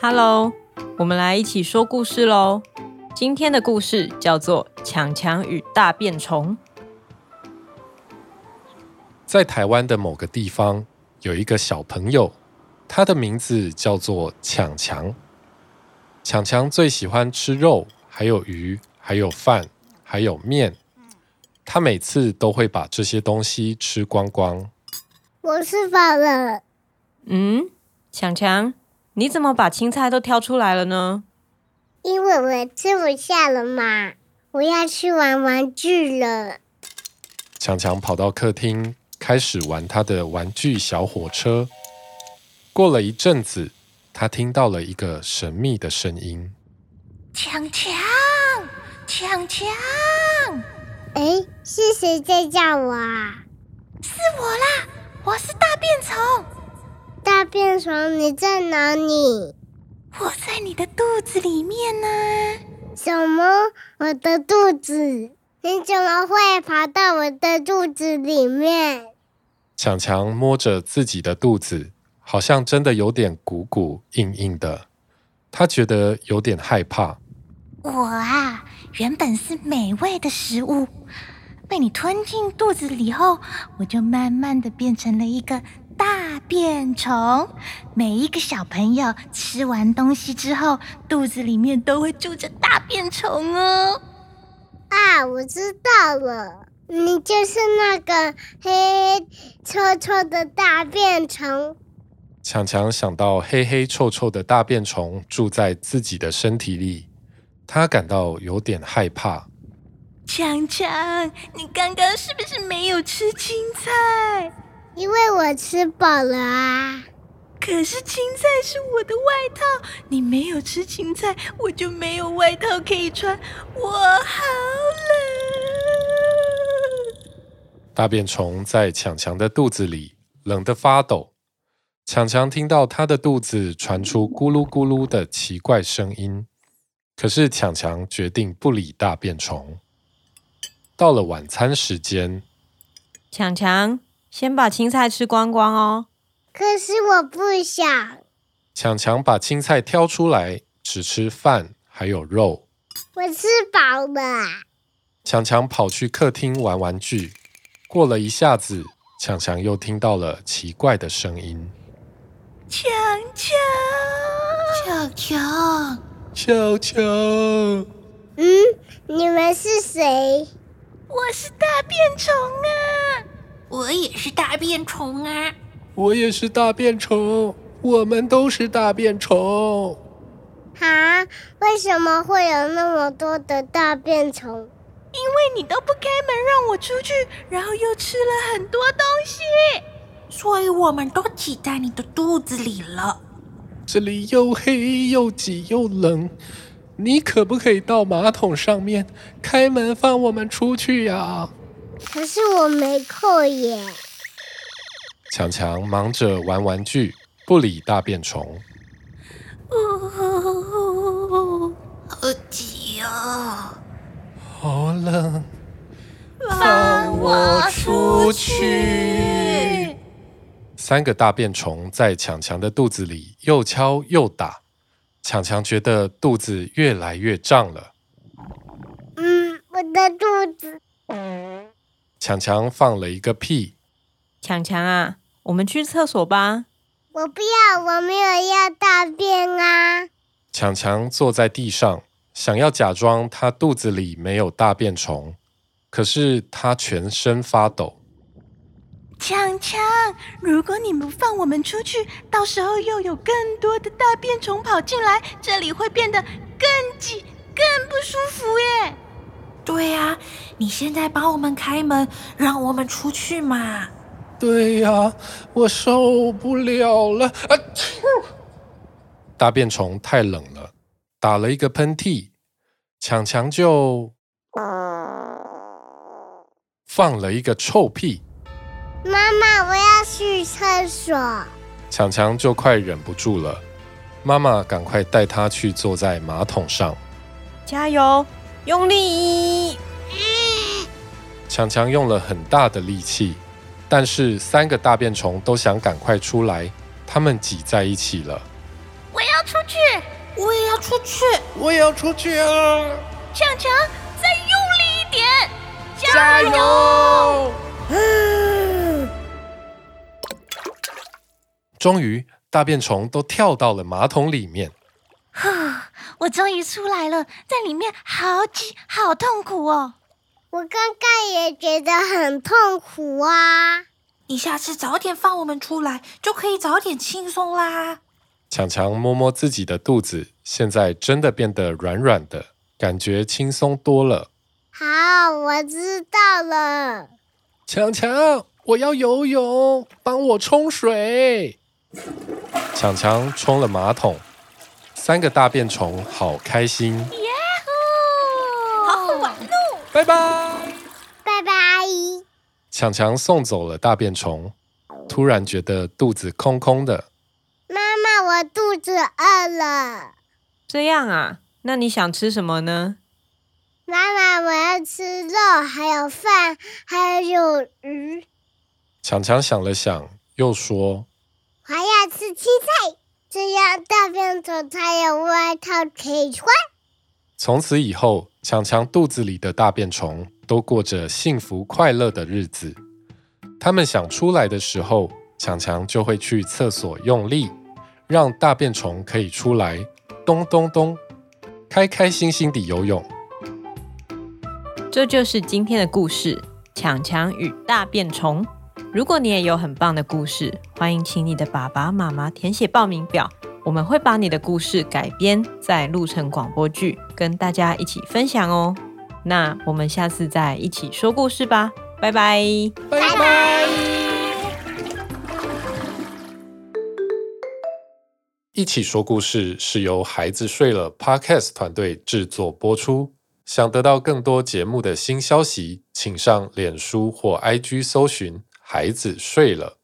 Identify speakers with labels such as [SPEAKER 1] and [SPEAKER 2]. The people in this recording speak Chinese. [SPEAKER 1] Hello，我们来一起说故事喽。今天的故事叫做《强强与大便虫》。
[SPEAKER 2] 在台湾的某个地方，有一个小朋友，他的名字叫做强强。强强最喜欢吃肉，还有鱼，还有饭，还有面。他每次都会把这些东西吃光光。
[SPEAKER 3] 我吃饱了，
[SPEAKER 1] 嗯，强强，你怎么把青菜都挑出来了呢？
[SPEAKER 3] 因为我吃不下了嘛，我要去玩玩具了。
[SPEAKER 2] 强强跑到客厅，开始玩他的玩具小火车。过了一阵子，他听到了一个神秘的声音。
[SPEAKER 4] 强强，强强，
[SPEAKER 3] 哎，是谁在叫我啊？
[SPEAKER 4] 是我啦！我是大便虫，
[SPEAKER 3] 大便虫，你在哪里？
[SPEAKER 4] 我在你的肚子里面呢、
[SPEAKER 3] 什么？我的肚子？你怎么会跑到我的肚子里面？
[SPEAKER 2] 强强摸着自己的肚子，好像真的有点鼓鼓硬硬的，他觉得有点害怕。
[SPEAKER 4] 我啊，原本是美味的食物，被你吞进肚子里后，我就慢慢的变成了一个大便虫。每一个小朋友吃完东西之后，肚子里面都会住着大便虫哦。
[SPEAKER 3] 啊，我知道了，你就是那个黑黑臭臭的大便虫。
[SPEAKER 2] 强强想到黑黑臭臭的大便虫住在自己的身体里，他感到有点害怕。
[SPEAKER 4] 强强，你刚刚是不是没有吃青菜？
[SPEAKER 3] 因为我吃饱了啊。
[SPEAKER 4] 可是青菜是我的外套，你没有吃青菜，我就没有外套可以穿，我好冷。
[SPEAKER 2] 大便虫在强强的肚子里冷得发抖。强强听到他的肚子传出咕噜咕噜的奇怪声音，可是强强决定不理大便虫。到了晚餐时间，
[SPEAKER 1] 强强，先把青菜吃光光哦。
[SPEAKER 3] 可是我不想，
[SPEAKER 2] 强强把青菜挑出来，只吃饭还有肉。
[SPEAKER 3] 我吃饱了啊。
[SPEAKER 2] 强强跑去客厅玩玩具。过了一下子，强强又听到了奇怪的声音。
[SPEAKER 4] 强强，
[SPEAKER 5] 强强，
[SPEAKER 2] 小强，
[SPEAKER 3] 嗯，你们是谁？
[SPEAKER 4] 我是大便虫啊！
[SPEAKER 5] 我也是大便虫啊！
[SPEAKER 2] 我也是大便虫，我们都是大便虫。
[SPEAKER 3] 啊，为什么会有那么多的大便虫？
[SPEAKER 4] 因为你都不开门让我出去，然后又吃了很多东西。
[SPEAKER 5] 所以我们都挤在你的肚子里了。
[SPEAKER 2] 这里又黑又挤又冷，你可不可以到马桶上面开门放我们出去呀、
[SPEAKER 3] 可是我没空耶。
[SPEAKER 2] 强强忙着玩玩具，不理大便虫。
[SPEAKER 5] 哦，好挤哦！
[SPEAKER 2] 好冷，
[SPEAKER 5] 放我出
[SPEAKER 2] 去。三个大便虫在强强的肚子里又敲又打，强强觉得肚子越来越胀了。
[SPEAKER 3] 嗯，我的肚子。
[SPEAKER 2] 强强放了一个屁，
[SPEAKER 1] 强强啊，我们去厕所吧。
[SPEAKER 3] 我不要，我没有要大便啊！
[SPEAKER 2] 强强坐在地上，想要假装他肚子里没有大便虫，可是他全身发抖。
[SPEAKER 4] 强强，如果你不放我们出去，到时候又有更多的大便虫跑进来，这里会变得更挤、更不舒服耶。
[SPEAKER 5] 对呀、你现在帮我们开门，让我们出去嘛！
[SPEAKER 2] 对呀、我受不了了！啊，大便虫太冷了，打了一个喷嚏，强强就放了一个臭屁，
[SPEAKER 3] 妈妈，我要去厕所。
[SPEAKER 2] 强强就快忍不住了。妈妈赶快带他去坐在马桶上。
[SPEAKER 1] 加油，用力！
[SPEAKER 2] 强强用了很大的力气，但是三个大便虫都想赶快出来，它们挤在一起了。
[SPEAKER 4] 我要出去！
[SPEAKER 5] 我也要出去。
[SPEAKER 2] 我也要出去啊！
[SPEAKER 4] 强强，再用力一点！
[SPEAKER 2] 加油！终于，大便虫都跳到了马桶里面。
[SPEAKER 4] 啊， 我终于出来了，在里面好挤，好痛苦哦。
[SPEAKER 3] 我刚刚也觉得很痛苦啊。
[SPEAKER 5] 你下次早点放我们出来，就可以早点轻松啦。
[SPEAKER 2] 强强摸摸自己的肚子，现在真的变得软软的，感觉轻松多了。
[SPEAKER 3] 好，我知道了。
[SPEAKER 2] 强强，我要游泳，帮我冲水。强强冲了马桶，三个大便虫好开心，
[SPEAKER 4] 好好玩哦！
[SPEAKER 2] 拜拜。
[SPEAKER 3] 拜拜。
[SPEAKER 2] 强强送走了大便虫，突然觉得肚子空空的。
[SPEAKER 3] 妈妈，我肚子饿了。
[SPEAKER 1] 这样啊？那你想吃什么呢？
[SPEAKER 3] 妈妈，我要吃肉，还有饭，还有鱼，
[SPEAKER 2] 强强想了想，又说
[SPEAKER 3] 还要吃青菜，这样大便虫才有外套可以穿。：“
[SPEAKER 2] 从此以后，强强肚子里的大便虫都过着幸福快乐的日子。他们想出来的时候，强强就会去厕所用力，让大便虫可以出来，咚咚咚，开开心心地游泳。
[SPEAKER 1] 这就是今天的故事《强强与大便虫》。如果你也有很棒的故事，欢迎请你的爸爸妈妈填写报名表，我们会把你的故事改编再录成广播剧，跟大家一起分享哦。那我们下次再一起说故事吧，拜拜。”
[SPEAKER 2] 拜拜。一起说故事是由孩子睡了 Podcast 团队制作播出。想得到更多节目的新消息，请上脸书或 IG 搜寻“孩子睡了”。